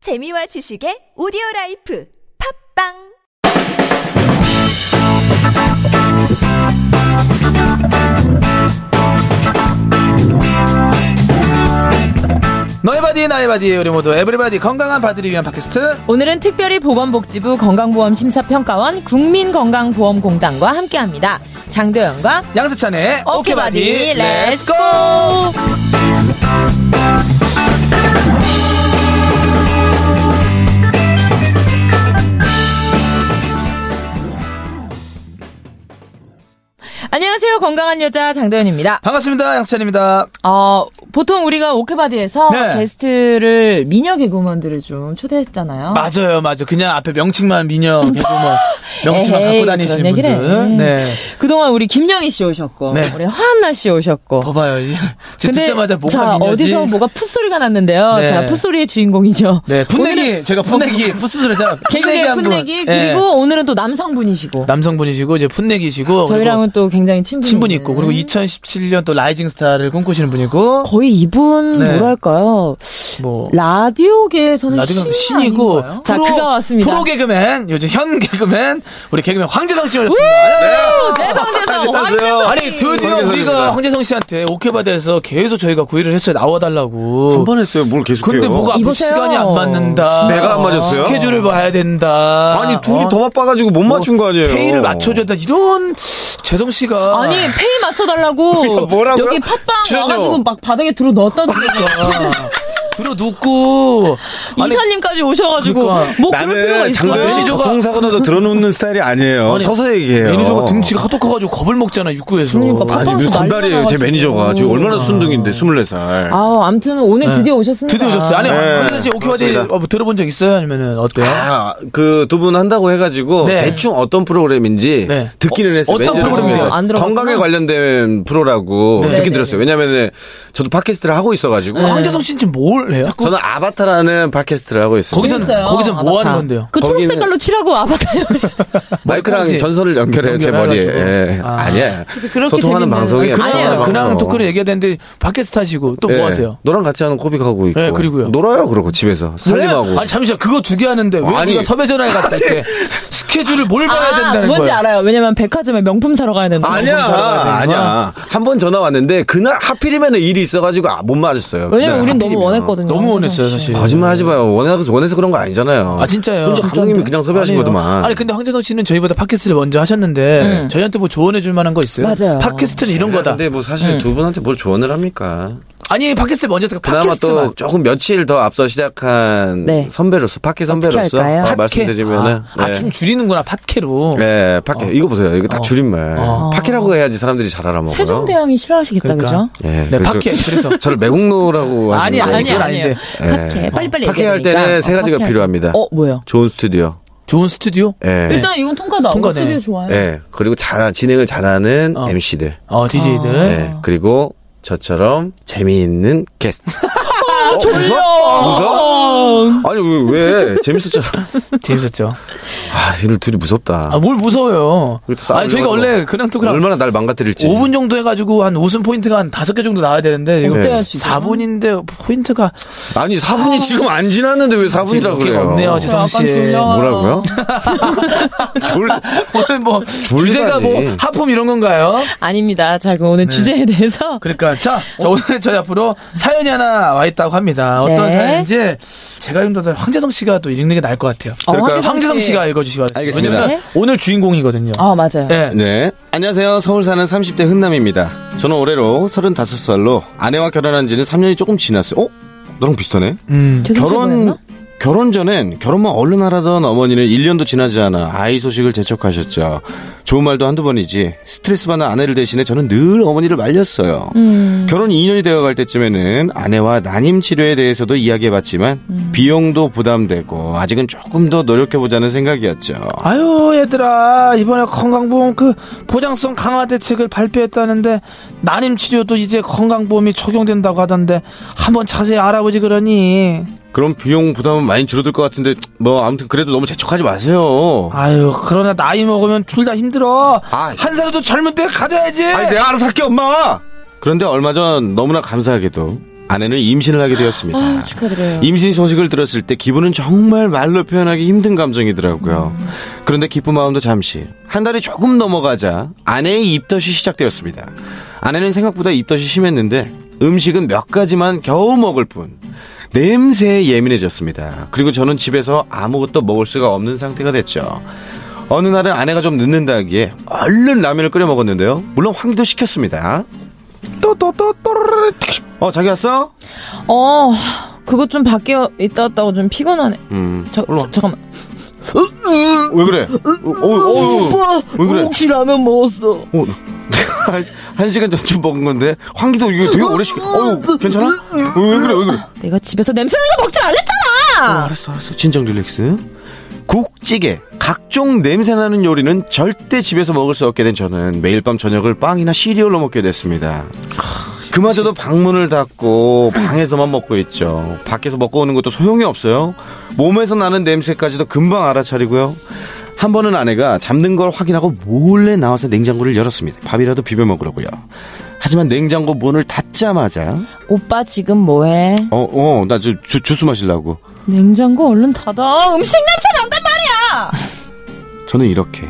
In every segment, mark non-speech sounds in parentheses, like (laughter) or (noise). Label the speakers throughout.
Speaker 1: 재미와 지식의 오디오 라이프 팝빵
Speaker 2: 너의 바디 나의 바디 우리 모두 에브리바디 건강한 바디를 위한 팟캐스트
Speaker 3: 오늘은 특별히 보건복지부 건강보험심사평가원 국민건강보험공단과 함께합니다. 장도연과
Speaker 2: 양세찬의
Speaker 3: 오케바디
Speaker 2: 오케바디
Speaker 3: 렛츠고!
Speaker 2: 렛츠고
Speaker 3: 안녕하세요. 건강한 여자 장도연입니다.
Speaker 2: 반갑습니다 양세찬입니다
Speaker 3: 어, 보통 우리가 오케바디에서
Speaker 2: 네.
Speaker 3: 게스트를 미녀 개그우먼들을 좀 초대했잖아요.
Speaker 2: 맞아요 맞아 그냥 앞에 명칭만
Speaker 3: (laughs)
Speaker 2: 미녀 개그우먼 명칭만
Speaker 3: 에이, 음.
Speaker 2: 갖고 다니시는
Speaker 3: 그런 얘기를
Speaker 2: 분들
Speaker 3: 해.
Speaker 2: 네
Speaker 3: 그동안 우리 김영희 씨 오셨고,
Speaker 2: 네.
Speaker 3: 우리 화한나 씨 오셨고,
Speaker 2: 봐봐요 이- 제 듣자마자 뭐가
Speaker 3: 자,
Speaker 2: 미녀지
Speaker 3: 어디서 뭐가 풋소리가 났는데요.
Speaker 2: 네.
Speaker 3: 자, 풋소리의 주인공이죠.
Speaker 2: 네
Speaker 3: 오늘은
Speaker 2: 풋내기 제가 풋내기 풋풋해서
Speaker 3: 개그의 풋내기
Speaker 2: 네.
Speaker 3: 그리고 오늘은 또 남성분이시고
Speaker 2: 예. 남성분이시고 이제 풋내기시고
Speaker 3: 저희랑은 음. 또 굉장히
Speaker 2: 그리고
Speaker 3: 친분이
Speaker 2: 친분이
Speaker 3: 있는.
Speaker 2: 있고 그리고 2017년 또 라이징 스타를 꿈꾸시는 분이고
Speaker 3: 거의 이분
Speaker 2: 네.
Speaker 3: 뭐랄까요
Speaker 2: 뭐
Speaker 3: 라디오계에서는
Speaker 2: 나중에
Speaker 3: 음, 신이
Speaker 2: 신이고
Speaker 3: 아닌가요? 자 그가 왔습니다.
Speaker 2: 프로 개그맨 요즘 현 개그맨 우리 개그맨 황재성 씨 오셨습니다. 네. 아,
Speaker 3: 대성대성
Speaker 4: 안녕하세요.
Speaker 3: 어, 황
Speaker 2: 아니 드디어
Speaker 4: 황재성입니다.
Speaker 2: 우리가 황재성 씨한테 오케바드에서 계속 저희가 구애를 했어요 나와달라고.
Speaker 4: 한 번 했어요. 뭘 계속해요?
Speaker 2: 근데 뭐가 앞으로
Speaker 3: 이보세요.
Speaker 2: 시간이 안 맞는다.
Speaker 4: 내가 안 맞았어요?
Speaker 2: 스케줄을 봐야 된다.
Speaker 4: 아니 둘이
Speaker 2: 어,
Speaker 4: 더 바빠가지고 못 맞춘 거 아니에요?
Speaker 2: 페이를 맞춰줘야 된다. 이런 재성 씨가
Speaker 3: 아니 페이 맞춰달라고
Speaker 4: 뭐라고요?
Speaker 3: 여기 팟빵
Speaker 4: 출연료.
Speaker 3: 와가지고 막 바닥에 들어 넣었다던데
Speaker 2: (laughs) 들어 눕고 아니,
Speaker 3: 이사님까지 오셔가지고
Speaker 2: 그러니까.
Speaker 3: 뭐 그럴 필요가
Speaker 4: 나는 장도연
Speaker 3: 있어요?
Speaker 4: 씨
Speaker 2: 매니저가- 음.
Speaker 4: 교통사고 나도 들어놓는 스타일이 아니에요.
Speaker 2: 아니,
Speaker 4: 서서 얘기해요.
Speaker 2: 매니저가 등치가 하도 커가지고 겁을 먹잖아 입구에서.
Speaker 3: 그러니까 밥-
Speaker 4: 아니,
Speaker 3: 팍팍해서
Speaker 4: 왜 건달이에요. 제
Speaker 3: 난리가
Speaker 4: 매니저가. 지금
Speaker 3: 나가지고.
Speaker 2: 아.
Speaker 4: 얼마나 순둥인데, 24살. 아,
Speaker 3: 아 아무튼 오늘 드디어 오셨습니다.
Speaker 2: 네. 드디어 오셨어요. 아니
Speaker 4: 네,
Speaker 2: 황재성 씨 오케바드
Speaker 4: 맞습니다.
Speaker 2: 어, 뭐 들어본 적 있어요? 아니면은 어때요?
Speaker 4: 그 두 분 한다고 해가지고
Speaker 2: 네.
Speaker 4: 대충 어떤 프로그램인지
Speaker 2: 네.
Speaker 4: 듣기는
Speaker 2: 어,
Speaker 4: 했어요.
Speaker 2: 어떤
Speaker 4: 매니저를
Speaker 2: 프로그램이에요?
Speaker 4: 통해서.
Speaker 3: 안 들어봤구나.
Speaker 4: 건강에 관련된 프로라고
Speaker 2: 네.
Speaker 3: 네,
Speaker 4: 듣긴
Speaker 3: 네,
Speaker 4: 들었어요. 왜냐면은 저도 팟캐스트를 하고 있어가지고
Speaker 2: 황재성 씨는 지금 뭘 해요?
Speaker 4: 네. 저는 아바타라는 팟캐스트를 하고 있어요.
Speaker 2: 거기서-
Speaker 3: 재밌어요.
Speaker 2: 거기서 뭐 하는
Speaker 3: 아바타.
Speaker 2: 건데요?
Speaker 3: 그
Speaker 4: 거기는-
Speaker 3: 초록색깔로 칠하고 아바타요.
Speaker 4: 마이크랑
Speaker 2: 꽁지.
Speaker 4: 전선을 연결해요. 제 머리에.
Speaker 2: 연결해가지고.
Speaker 4: 예.
Speaker 2: 아.
Speaker 4: 아. 니야
Speaker 3: 그래서 그렇게
Speaker 4: 소통하는
Speaker 3: 재밌는-
Speaker 4: 방송이에요.
Speaker 3: 아니,
Speaker 2: 그냥
Speaker 3: 아니에요.
Speaker 2: 그냥
Speaker 4: 방송.
Speaker 2: 토크를 얘기해야 되는데 밖에서 타시고 또 뭐
Speaker 4: 예.
Speaker 2: 하세요?
Speaker 4: 너랑 같이 하는 코빅하고 있고.
Speaker 2: 예, 그리고요.
Speaker 4: 놀아요, 그러고 집에서. 살림하고.
Speaker 2: 아니 잠시만 그거 두 개 하는데 왜
Speaker 4: 아니.
Speaker 2: 우리가 섭외 전화를 갔을 때
Speaker 4: (laughs)
Speaker 2: 스케줄을 뭘 봐야 (laughs) 된다는
Speaker 3: 아, 뭔지
Speaker 2: 거예요?
Speaker 3: 알아요. 왜냐면 백화점에 명품 사러 가야 되는데.
Speaker 4: 아니야,
Speaker 2: 무슨 전화가 되는
Speaker 4: 아니야. 한 번 전화 왔는데 그날 하필이면 일이 있어가지고 아, 못 맞았어요.
Speaker 3: 왜냐면
Speaker 4: 그날
Speaker 3: 우린 너무
Speaker 4: 하필이면.
Speaker 3: 원했거든요.
Speaker 2: 네. 너무
Speaker 3: 황재성
Speaker 2: 원했어요
Speaker 3: 씨.
Speaker 2: 사실.
Speaker 4: 거짓말 하지 마요. 원해서, 원해서 그런 거 아니잖아요.
Speaker 2: 아 진짜요.
Speaker 4: 그래서 감독님이 그냥 섭외하신
Speaker 2: 아니에요.
Speaker 4: 거더만.
Speaker 2: 아니 근데 황재성 씨는 저희보다 팟캐스트를 먼저 하셨는데 저희한테 뭐 조언해줄 만한 거 있어요?
Speaker 3: 음. 맞아요.
Speaker 2: 팟캐스트는 이런 거다. 네.
Speaker 4: 근데 뭐 사실 두 분한테 뭘 조언을 합니까?
Speaker 2: 아니 팟캐스트 먼저
Speaker 4: 그나마
Speaker 2: 팟캐스트만.
Speaker 4: 또 조금 며칠 더 앞서 시작한
Speaker 3: 네.
Speaker 4: 선배로서, 팟캐 선배로서
Speaker 3: 할까요?
Speaker 4: 어,
Speaker 2: 팟캐.
Speaker 4: 말씀드리면은.
Speaker 2: 아, 아,
Speaker 4: 네.
Speaker 2: 좀 줄이는구나 팟캐로.
Speaker 4: 네, 팟캐. 이거 보세요. 이거 딱 줄임말.
Speaker 2: 어.
Speaker 4: 팟캐라고 해야지 사람들이 잘 알아먹어요.
Speaker 3: 세종대왕이 싫어하시겠다
Speaker 2: 그러니까.
Speaker 3: 그죠?
Speaker 4: 예,
Speaker 2: 네, 팟캐. 그래서
Speaker 4: (laughs) 저를 매국노라고 하시는
Speaker 2: 아니 아니
Speaker 3: 아니에요,
Speaker 2: 그건
Speaker 3: 아니에요.
Speaker 2: 아닌데
Speaker 4: 예.
Speaker 3: 팟캐 빨리빨리
Speaker 4: 어, 팟캐 할
Speaker 3: 얘기해야
Speaker 4: 때는
Speaker 3: 되니까.
Speaker 4: 세
Speaker 3: 어,
Speaker 4: 가지가
Speaker 3: 팟캐 할
Speaker 4: 필요합니다.
Speaker 3: 때. 어 뭐요?
Speaker 4: 좋은 스튜디오.
Speaker 2: 좋은 스튜디오.
Speaker 4: 예.
Speaker 3: 일단 이건 통과다.
Speaker 2: 통과네.
Speaker 3: 스튜디오 좋아요.
Speaker 4: 예. 그리고 잘 진행을 잘하는
Speaker 2: 어.
Speaker 4: MC들.
Speaker 2: 어 DJ들.
Speaker 3: 아.
Speaker 4: 예. 그리고 저처럼 재미있는
Speaker 2: (laughs)
Speaker 4: 게스트.
Speaker 2: 아,
Speaker 4: 어,
Speaker 3: 졸려.
Speaker 4: 무서워? 무서워? 아니 왜 왜 재밌었잖아.
Speaker 2: 재밌었죠.
Speaker 4: 아, 얘들 둘이 무섭다.
Speaker 2: 아, 뭘 무서워요.
Speaker 4: 그리고 또 싸우려고
Speaker 2: 아니, 저희가 원래 그냥 또 그냥
Speaker 4: 얼마나 날 망가뜨릴지. 네.
Speaker 2: 5분 정도 해가지고 한 웃음 포인트가 한 5개 정도 나와야 되는데, 지금
Speaker 3: 어때요, 지금?
Speaker 2: 4분인데 포인트가.
Speaker 4: 아니 4분이 지금 안 지났는데 왜 4분이라고
Speaker 2: 지금
Speaker 4: 그래요?
Speaker 2: 없네요, 재성 씨.
Speaker 3: 약간 어, 졸려.
Speaker 4: 뭐라고요?
Speaker 2: (laughs)
Speaker 4: 졸
Speaker 2: 오늘 뭐,
Speaker 4: 졸리다니.
Speaker 2: 주제가 뭐, 하품 이런 건가요?
Speaker 3: 아닙니다. 자 그럼
Speaker 4: 네.
Speaker 3: 오늘 주제에 대해서
Speaker 2: 그러니까, 자, 자, 오늘 저희 앞으로 사연이 하나 와 있다고 합니다. 어떤
Speaker 3: 어? 네.
Speaker 2: 사연인지, 제가 좀더 황재성 씨가 또 읽는 게 나을 것 같아요.
Speaker 3: 어, 네.
Speaker 4: 그럴까요?
Speaker 2: 황재성 씨가 읽어주시기 바랍니다.
Speaker 4: 알겠습니다.
Speaker 2: 왜냐면 오늘 주인공이거든요.
Speaker 3: 아 맞아요.
Speaker 2: 네.
Speaker 4: 네. 안녕하세요. 서울 사는 30대 흔남입니다. 저는 올해로 35살로 아내와 결혼한 지는 3년이 조금 지났어요. 어? 너랑 비슷하네?
Speaker 2: 음.
Speaker 3: 죄송
Speaker 4: 결혼,
Speaker 3: 죄송했나?
Speaker 4: 결혼 전엔 결혼만 얼른 하라던 어머니는 1년도 지나지 않아 아이 소식을 재촉하셨죠. 좋은 말도 한두 번이지 스트레스 받는 아내를 대신해 저는 늘 어머니를 말렸어요.
Speaker 3: 음.
Speaker 4: 결혼 2년이 되어갈 때쯤에는 아내와 난임 치료에 대해서도 이야기해봤지만
Speaker 3: 음.
Speaker 4: 비용도 부담되고 아직은 조금 더 노력해보자는 생각이었죠.
Speaker 2: 아유 얘들아 이번에 건강보험 그 보장성 강화 대책을 발표했다는데 난임 치료도 이제 건강보험이 적용된다고 하던데 한번 자세히 알아보지 그러니
Speaker 4: 그럼 비용 부담은 많이 줄어들 것 같은데 뭐 아무튼 그래도 너무 재촉하지 마세요.
Speaker 2: 아유 그러나 나이 먹으면 둘 다 힘들어
Speaker 4: 아.
Speaker 2: 한 살도 젊을 때 가져야지
Speaker 4: 아니 내가 알아서 할게 엄마. 그런데 얼마 전 너무나 감사하게도 아내는 임신을 하게 되었습니다.
Speaker 3: 아, 축하드려요.
Speaker 4: 임신 소식을 들었을 때 기분은 정말 말로 표현하기 힘든 감정이더라고요. 그런데 기쁜 마음도 잠시. 한 달이 조금 넘어가자 아내의 입덧이 시작되었습니다. 아내는 생각보다 입덧이 심했는데 음식은 몇 가지만 겨우 먹을 뿐. 냄새에 예민해졌습니다. 그리고 저는 집에서 아무것도 먹을 수가 없는 상태가 됐죠. 어느 날은 아내가 좀 늦는다 하기에 얼른 라면을 끓여 먹었는데요. 물론 환기도 시켰습니다.
Speaker 2: 또 또 또 또르르 틱.
Speaker 4: 어, 자기 왔어?
Speaker 3: 어, 그것 좀 밖에 있다 왔다고 좀 피곤하네.
Speaker 4: 음.
Speaker 3: 저,
Speaker 4: 일로 와.
Speaker 3: 저- 잠깐만.
Speaker 4: 왜 그래? 어, 어, 어,
Speaker 3: 뭐,
Speaker 4: 어, 왜 그래?
Speaker 3: 혹시 라면 먹었어?
Speaker 4: 어, (laughs) 한 시간 전쯤 먹은 건데 환기도 이거 되게 오래 시켜. 어유 괜찮아? 어, 왜 그래 왜 그래?
Speaker 3: 내가 집에서 냄새나는 거 먹지
Speaker 4: 어,
Speaker 3: 않았잖아!
Speaker 4: 알았어 알았어 진정 릴렉스. 국찌개 각종 냄새나는 요리는 절대 집에서 먹을 수 없게 된 저는 매일 밤 저녁을 빵이나 시리얼로 먹게 됐습니다. 그마저도 방문을 닫고 방에서만 먹고 있죠. 밖에서 먹고 오는 것도 소용이 없어요. 몸에서 나는 냄새까지도 금방 알아차리고요. 한 번은 아내가 잡는 걸 확인하고 몰래 나와서 냉장고를 열었습니다. 밥이라도 비벼 먹으려고요. 하지만 냉장고 문을 닫자마자
Speaker 3: 오빠 지금 뭐해?
Speaker 4: 어 어 나 저 주스 마시려고
Speaker 3: 냉장고 얼른 닫아. 음식 냄새 난단 말이야!
Speaker 4: 저는 이렇게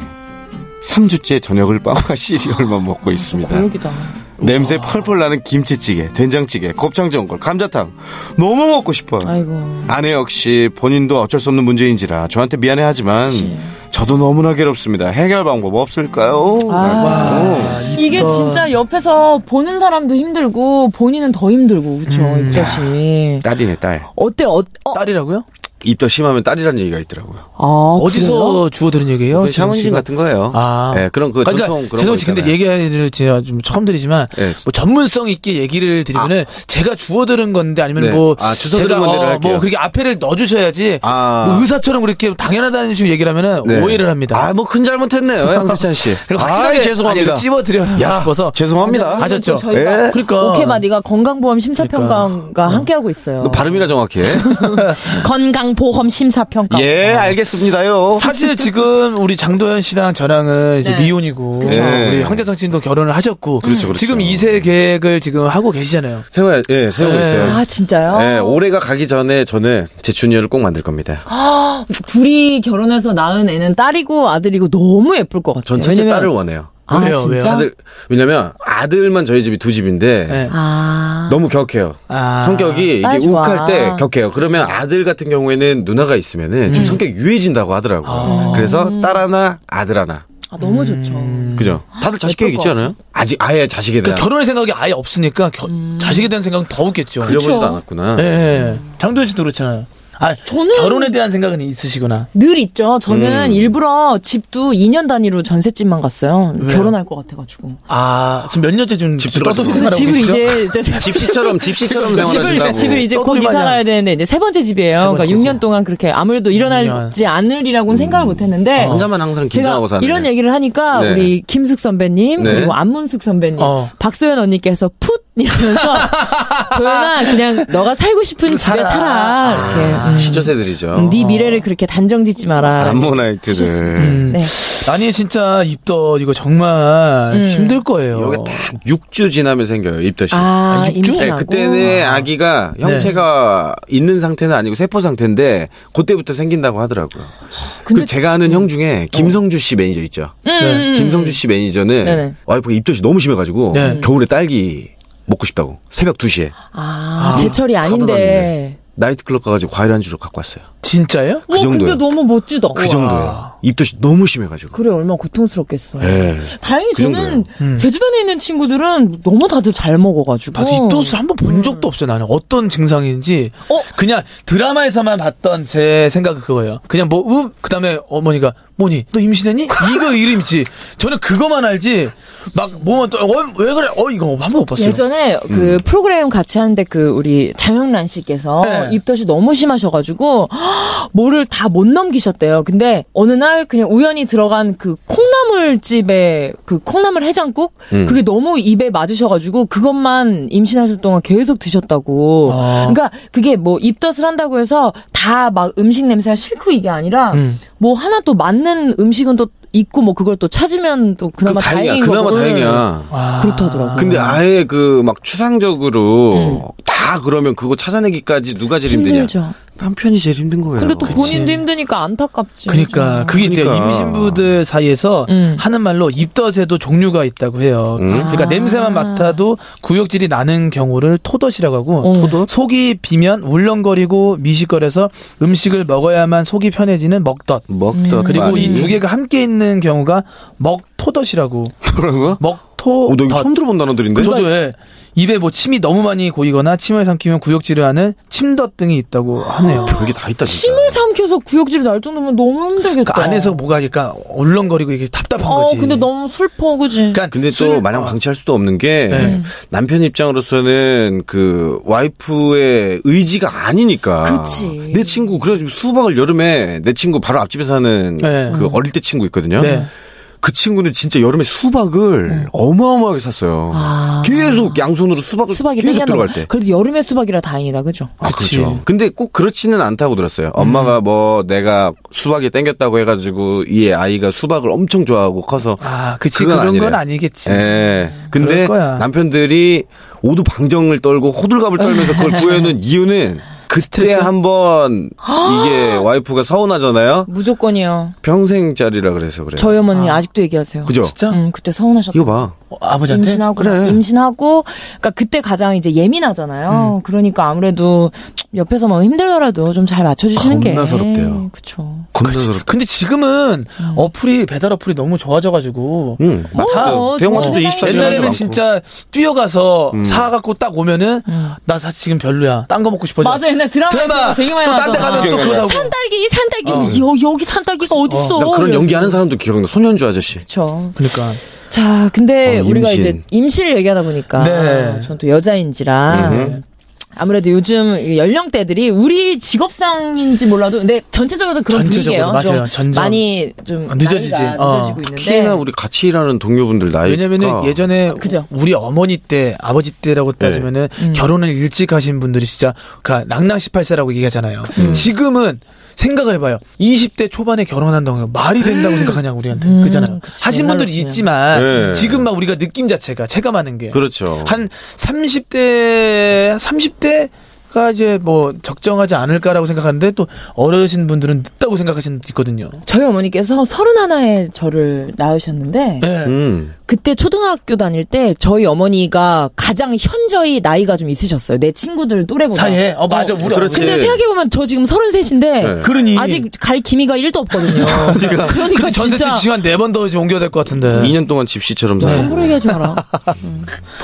Speaker 4: 3주째 저녁을 빵과 시리얼만 먹고 있습니다.
Speaker 3: 고역이다.
Speaker 4: 냄새 펄펄 나는 김치찌개, 된장찌개, 곱창전골, 감자탕 너무 먹고 싶어요.
Speaker 3: 아이고.
Speaker 4: 아내 역시 본인도 어쩔 수 없는 문제인지라 저한테 미안해하지만
Speaker 3: 그치.
Speaker 4: 저도 너무나 괴롭습니다. 해결 방법 없을까요?
Speaker 3: 아.
Speaker 2: 와,
Speaker 3: 이게
Speaker 2: 이쁘다.
Speaker 3: 진짜 옆에서 보는 사람도 힘들고 본인은 더 힘들고 그쵸
Speaker 4: 음, 네.
Speaker 3: 입덧이
Speaker 4: 딸이네 딸.
Speaker 3: 어때 어, 어?
Speaker 2: 딸이라고요?
Speaker 4: 입덧 심하면 딸이라는 얘기가 있더라고요.
Speaker 3: 아,
Speaker 2: 어디서 주워들은 얘기예요? 네,
Speaker 4: 그 샤머니즘
Speaker 2: 지금 씨가?
Speaker 4: 같은 거예요.
Speaker 2: 아.
Speaker 4: 예, 그런 그
Speaker 2: 그러니까
Speaker 4: 전통 그런
Speaker 2: 죄송치 근데 얘기를 제가 좀 처음 드리지만
Speaker 4: 예. 아.
Speaker 2: 뭐 전문성 있게 얘기를 드리면은 제가 주워들은 건데 아니면
Speaker 4: 네.
Speaker 2: 뭐
Speaker 4: 아, 주워들은 건데를 할게요.
Speaker 2: 뭐 그렇게 앞에를 넣어주셔야지
Speaker 4: 아.
Speaker 2: 뭐 의사처럼 그렇게 당연하다는 식으로 얘기를 하면은 오해를 합니다.
Speaker 4: 네. 아뭐 큰 잘못했네요, 양세찬 씨.
Speaker 2: (laughs) 그리고 확실하게
Speaker 4: 아이, 죄송합니다.
Speaker 2: 찝어드려
Speaker 4: 야,
Speaker 2: 싶어서
Speaker 4: 죄송합니다.
Speaker 2: 아니, 아셨죠?
Speaker 3: 네, 저희가
Speaker 4: 예. 그러니까.
Speaker 2: 그러니까.
Speaker 3: 오케바 니가 건강보험 심사평가과 함께하고 있어요
Speaker 4: 너
Speaker 3: (laughs)
Speaker 4: 발음이나 정확해.
Speaker 3: 건강보험 심사평가
Speaker 4: 예, 알겠습니다요.
Speaker 2: 사실 지금 우리 장도연 씨랑 저랑은 이제
Speaker 3: 네.
Speaker 2: 미혼이고
Speaker 3: 그쵸.
Speaker 4: 네.
Speaker 2: 우리 황재성 씨도 결혼을 하셨고
Speaker 4: 그렇죠, 그렇죠.
Speaker 2: 지금 2세 계획을 지금 하고 계시잖아요.
Speaker 4: 세워, 예, 세우고
Speaker 2: 예.
Speaker 4: 있어요.
Speaker 3: 아 진짜요?
Speaker 4: 예, 올해가 가기 전에 저는 제 주니어를 꼭 만들 겁니다.
Speaker 3: 아, 둘이 결혼해서 낳은 애는 딸이고 아들이고 너무 예쁠 것 같아요
Speaker 4: 전 첫째
Speaker 3: 왜냐면-
Speaker 4: 딸을 원해요.
Speaker 3: 아
Speaker 2: 왜요, 왜요?
Speaker 3: 진짜?
Speaker 4: 아들, 왜냐면 아들만 저희 집이 두 집인데
Speaker 2: 예.
Speaker 3: 아
Speaker 4: 너무 격해요.
Speaker 2: 아.
Speaker 4: 성격이 이게
Speaker 3: 딸 좋아.
Speaker 4: 욱할 때 격해요. 그러면 아들 같은 경우에는 누나가 있으면은
Speaker 3: 음.
Speaker 4: 좀 성격이 유해진다고 하더라고요. 그래서 딸 하나, 아들 하나.
Speaker 3: 아, 너무 좋죠
Speaker 4: 그죠? 다들 자식 계획
Speaker 3: 예쁠
Speaker 4: 있지
Speaker 3: 것
Speaker 4: 않아요? 아직 아예 자식에 대한
Speaker 2: 그러니까 결혼의 생각이 아예 없으니까 겨-
Speaker 3: 음.
Speaker 2: 자식에 대한 생각은 더 없겠죠.
Speaker 4: 아, 그려보지도
Speaker 3: 그쵸. 네.
Speaker 4: 않았구나.
Speaker 2: 예. 예. 장도연 씨도 그렇잖아요. 아,
Speaker 3: 저는-
Speaker 2: 결혼에 대한 생각은 있으시구나.
Speaker 3: 늘 있죠.
Speaker 4: 음.
Speaker 3: 저는 일부러 집도 2년 단위로 전셋집만 갔어요.
Speaker 2: 왜요?
Speaker 3: 결혼할 것 같아가지고.
Speaker 2: 아, 지금 몇 년째 지금
Speaker 4: 집
Speaker 2: 떠돌이
Speaker 4: 들어가지고.
Speaker 2: 생활하고
Speaker 3: 집을
Speaker 2: 계시죠?
Speaker 3: 이제 (laughs)
Speaker 4: 집시처럼 집시처럼 생활하신다고.
Speaker 3: 집을, 집을 이제 곧
Speaker 2: 떠돌이마냥.
Speaker 3: 이사 가야 되는데 이제 세 번째 집이에요.
Speaker 2: 세
Speaker 3: 그러니까
Speaker 2: 번째
Speaker 3: 6년 동안 그렇게 아무래도 일어나지 않으리라고는 생각을 못했는데.
Speaker 4: 혼자만
Speaker 3: 제가
Speaker 4: 항상 음. 어. 긴장하고 사는.
Speaker 3: 이런 얘기를 하니까
Speaker 4: 네.
Speaker 3: 우리 김숙 선배님
Speaker 4: 네.
Speaker 3: 그리고 안문숙 선배님
Speaker 2: 어.
Speaker 3: 박소연 언니께서 풋
Speaker 4: (laughs)
Speaker 3: 이러면서 도연아 그냥 너가 살고 싶은 집에
Speaker 2: 살아.
Speaker 3: 살아 이렇게 음.
Speaker 4: 시조새들이죠.
Speaker 3: 음, 네 미래를 그렇게 단정짓지
Speaker 4: 아,
Speaker 3: 마라
Speaker 4: 암모나이트를.
Speaker 2: 음.
Speaker 3: 네.
Speaker 2: 아니, 진짜 입덧 이거 정말 힘들 거예요.
Speaker 4: 여기 딱 6주 지나면 생겨요, 입덧이.
Speaker 3: 아,
Speaker 4: 네,
Speaker 3: 임신하고 네.
Speaker 4: 그때는 아기가 형체가 있는 상태는 아니고 세포 상태인데 그때부터 생긴다고 하더라고요. 그
Speaker 3: 근데- 음.
Speaker 4: 제가 아는 형 중에 김성주 씨 매니저 있죠.
Speaker 2: 네.
Speaker 4: 김성주 씨 매니저는
Speaker 3: 네네.
Speaker 4: 와이프가 입덧이 너무 심해가지고
Speaker 2: 네.
Speaker 4: 겨울에 딸기 먹고 싶다고 새벽 2시에
Speaker 3: 아, 제철이
Speaker 4: 사부당인데.
Speaker 3: 아닌데.
Speaker 4: 나이트클럽 가가지고 과일 안주로 갖고 왔어요.
Speaker 2: 진짜요?
Speaker 4: 그 정도예요.
Speaker 3: 근데 너무 멋지다.
Speaker 4: 그 정도예요. 입덧이 너무 심해가지고.
Speaker 3: 래 얼마나 고통스럽겠어.
Speaker 4: 예.
Speaker 3: 다행히
Speaker 4: 그
Speaker 3: 저는 제 주변에 있는 친구들은 너무 다들 잘 먹어가지고.
Speaker 2: 나도 아, 입덧을 한 번 본 적도 없어요, 나는. 어떤 증상인지.
Speaker 3: 어?
Speaker 2: 그냥 드라마에서만 봤던 제 생각은 그거예요. 그냥 뭐, 음, 그 다음에 어머니가, 뭐니, 너 임신했니? 이거 이름이지. 저는 그거만 알지. 막, 뭐만 또, 어, 왜 그래? 어, 이거 한 번 못 봤어요.
Speaker 3: 예전에
Speaker 4: 음.
Speaker 3: 그 프로그램 같이 하는데 그 우리 장영란 씨께서
Speaker 2: 네.
Speaker 3: 입덧이 너무 심하셔가지고 (gasps) 뭐를 다 못 넘기셨대요. 근데 어느 날 그냥 우연히 들어간 그 콩나물집에 그 콩나물 해장국
Speaker 4: 음.
Speaker 3: 그게 너무 입에 맞으셔가지고 그것만 임신하실 동안 계속 드셨다고.
Speaker 2: 아.
Speaker 3: 그러니까 그게 뭐 입덧을 한다고 해서 다 막 음식 냄새가 싫고 이게 아니라
Speaker 2: 음.
Speaker 3: 뭐 하나 또 맞는 음식은 또 있고 뭐 그걸 또 찾으면 또 그나마
Speaker 4: 그 다행이야.
Speaker 3: 다행인 음.
Speaker 4: 그나마
Speaker 3: 거고.
Speaker 4: 다행이야.
Speaker 2: 와.
Speaker 3: 그렇다더라고요.
Speaker 2: 음.
Speaker 4: 근데 아예 그 막 추상적으로 다 다 그러면 그거 찾아내기까지 누가 제일 힘드냐?
Speaker 3: 힘들죠.
Speaker 4: 남편이 제일 힘든 거예요.
Speaker 3: 근데 또
Speaker 4: 그치.
Speaker 3: 본인도 힘드니까 안타깝지.
Speaker 2: 그러니까
Speaker 3: 정말.
Speaker 2: 그게 있대요.
Speaker 4: 그러니까.
Speaker 2: 임신부들 사이에서
Speaker 3: 음.
Speaker 2: 하는 말로 입덧에도 종류가 있다고 해요.
Speaker 4: 음.
Speaker 2: 그러니까
Speaker 3: 아.
Speaker 2: 냄새만 맡아도 구역질이 나는 경우를 토덧이라고 하고
Speaker 3: 어.
Speaker 2: 그 토덧? 속이 비면 울렁거리고 미식거려서 음식을 먹어야만 속이 편해지는
Speaker 3: 음.
Speaker 2: 먹덧.
Speaker 4: 먹다
Speaker 2: 음. 그리고 이 두 개가 함께 있는 경우가 먹토덧이라고
Speaker 4: 뭐라고? (laughs) 어, 너 이거
Speaker 2: 먹토덧.
Speaker 4: 처음 들어본 단어들인데.
Speaker 2: 저도 예. 입에 뭐 침이 너무 많이 고이거나 침을 삼키면 구역질을 하는 침덧 등이 있다고
Speaker 3: 아.
Speaker 2: 하네요.
Speaker 4: 아, 별게 다 있다 진짜.
Speaker 3: 침을 삼켜서 구역질이 날 정도면 너무 힘들겠다.
Speaker 2: 그러니까 안에서 뭐가 약간 울렁거리고 이게 답답한
Speaker 3: 어,
Speaker 2: 거지.
Speaker 3: 근데 너무 슬퍼, 그지?
Speaker 2: 그러니까
Speaker 4: 근데
Speaker 2: 술-
Speaker 4: 또 마냥
Speaker 2: 어.
Speaker 4: 방치할 수도 없는 게
Speaker 2: 네.
Speaker 4: 남편 입장으로서는 그 와이프의 의지가 아니니까.
Speaker 3: 그치.
Speaker 4: 내 친구 그래가지고 수박을 여름에 내 친구 바로 앞집에 사는
Speaker 2: 네.
Speaker 4: 그 어릴 때 친구 있거든요.
Speaker 2: 네.
Speaker 4: 그 친구는 진짜 여름에 수박을 어마어마하게 샀어요.
Speaker 3: 아.
Speaker 4: 계속 양손으로 수박을
Speaker 3: 수박이
Speaker 4: 계속
Speaker 3: 땡겨
Speaker 4: 들어갈
Speaker 3: 넘어.
Speaker 4: 때.
Speaker 3: 그래도 여름에 수박이라 다행이다, 그죠?
Speaker 4: 아,
Speaker 2: 그치. 음.
Speaker 4: 그렇죠. 근데 꼭 그렇지는 않다고 들었어요. 엄마가 뭐 내가 수박이 땡겼다고 해가지고 이 아이가 수박을 엄청 좋아하고 커서
Speaker 2: 아, 그치.
Speaker 4: 그건
Speaker 2: 그런 건
Speaker 4: 아니래요.
Speaker 2: 아니겠지.
Speaker 4: 예. 근데
Speaker 2: 그럴 거야.
Speaker 4: 남편들이 오두 방정을 떨고 호들갑을 떨면서 그걸
Speaker 2: (laughs)
Speaker 4: 구해놓은 이유는
Speaker 2: (gasps)
Speaker 4: 그때 한번 이게 와이프가 서운하잖아요.
Speaker 3: 무조건이요.
Speaker 4: 평생짜리라 그래서 그래요.
Speaker 3: 저희 어머니 아. 직도 얘기하세요.
Speaker 4: 네. 그죠?
Speaker 2: 진짜?
Speaker 3: 음, 그때 서운하셨다.
Speaker 4: 이거 봐.
Speaker 2: 어, 아버지한테?
Speaker 3: 임신하고
Speaker 4: 그래.
Speaker 3: 임신하고 그러니까 그때 가장 이제 예민하잖아요. 그러니까 아무래도 옆에서 뭐 힘들더라도 좀 잘 맞춰 주시는 게
Speaker 4: 겁나 서럽대요.
Speaker 3: 그렇죠.
Speaker 2: 그치.
Speaker 4: 겁나서.
Speaker 2: 근데 지금은
Speaker 3: 음.
Speaker 2: 어플이 배달 어플이 너무 좋아져가지고
Speaker 4: 응.
Speaker 2: 다
Speaker 4: 대형마트도
Speaker 3: 어,
Speaker 4: 24시간
Speaker 3: 시간도
Speaker 2: 옛날에는 진짜 뛰어가서
Speaker 4: 음.
Speaker 2: 사갖고 딱 오면은 나 사실 지금 별로야. 딴 거 먹고 싶어져.
Speaker 3: 음. 맞아. 옛날 드라마
Speaker 2: 드라마
Speaker 3: 되게 많이
Speaker 2: 또 딴 데
Speaker 3: 나왔잖아.
Speaker 2: 가면 또 그거 사고.
Speaker 3: 산딸기 산딸기
Speaker 2: 어.
Speaker 3: 여, 여기 산딸기가 어디 있어?
Speaker 4: 나 그런 연기하는 사람도 기억나. 손현주 아저씨.
Speaker 3: 그렇죠.
Speaker 2: 그러니까
Speaker 3: 자, 근데
Speaker 4: 어,
Speaker 3: 우리가
Speaker 4: 임신.
Speaker 3: 이제 임실 얘기하다 보니까
Speaker 2: 네.
Speaker 3: 전 또 여자인지라
Speaker 4: 음흠.
Speaker 3: 아무래도 요즘 이 연령대들이 우리 직업상인지 몰라도 근데 전체적으로 그런
Speaker 2: 전체적으로,
Speaker 3: 분위기예요.
Speaker 2: 맞아요.
Speaker 3: 좀
Speaker 2: 전전.
Speaker 3: 많이 좀
Speaker 2: 아, 늦어지지.
Speaker 3: 나이가
Speaker 2: 어.
Speaker 3: 늦어지고 있는데
Speaker 4: 키나 우리 같이 일하는 동료분들 나이. 그러니까.
Speaker 2: 왜냐면은 예전에
Speaker 3: 그죠. 음.
Speaker 2: 우리 어머니 때 아버지 때라고
Speaker 4: 네.
Speaker 2: 따지면은 결혼을 일찍 하신 분들이 진짜 그러니까 낭낭 18세라고 얘기하잖아요.
Speaker 3: 그렇죠.
Speaker 4: 음.
Speaker 2: 지금은 생각을 해봐요. 20대 초반에 결혼한다고 해요. 말이 된다고 생각하냐 우리한테 그잖아요.
Speaker 3: 음. 그치.
Speaker 2: 하신
Speaker 3: 옛날로
Speaker 2: 분들이
Speaker 3: 치면.
Speaker 2: 있지만
Speaker 4: 네.
Speaker 2: 지금 막 우리가 느낌 자체가 체감하는 게
Speaker 4: 그렇죠.
Speaker 2: 한 30대 30대 가 이제 뭐 적정하지 않을까라고 생각하는데 또 어르신 분들은 늦다고 생각하시는 분도 있거든요.
Speaker 3: 저희 어머니께서 서른 하나에 저를 낳으셨는데
Speaker 2: 네.
Speaker 4: 음.
Speaker 3: 그때 초등학교 다닐 때 저희 어머니가 가장 현저히 나이가 좀 있으셨어요. 내 친구들 또래보다.
Speaker 2: 사이에 어 맞아 우리
Speaker 4: 그렇지.
Speaker 2: 어르신.
Speaker 3: 근데 생각해 보면 저 지금 서른셋인데
Speaker 4: 예. 네.
Speaker 2: 그러니
Speaker 3: 아직 갈 기미가 1도
Speaker 4: (laughs)
Speaker 3: 없거든요. 그러니까,
Speaker 2: 근데 전세
Speaker 3: 진짜
Speaker 2: 집 시간 네 번 더 이제 옮겨야 될 것 같은데.
Speaker 4: 2년 동안 집시처럼 살아.
Speaker 3: 함부로
Speaker 2: 네.
Speaker 3: 얘기하지 마라.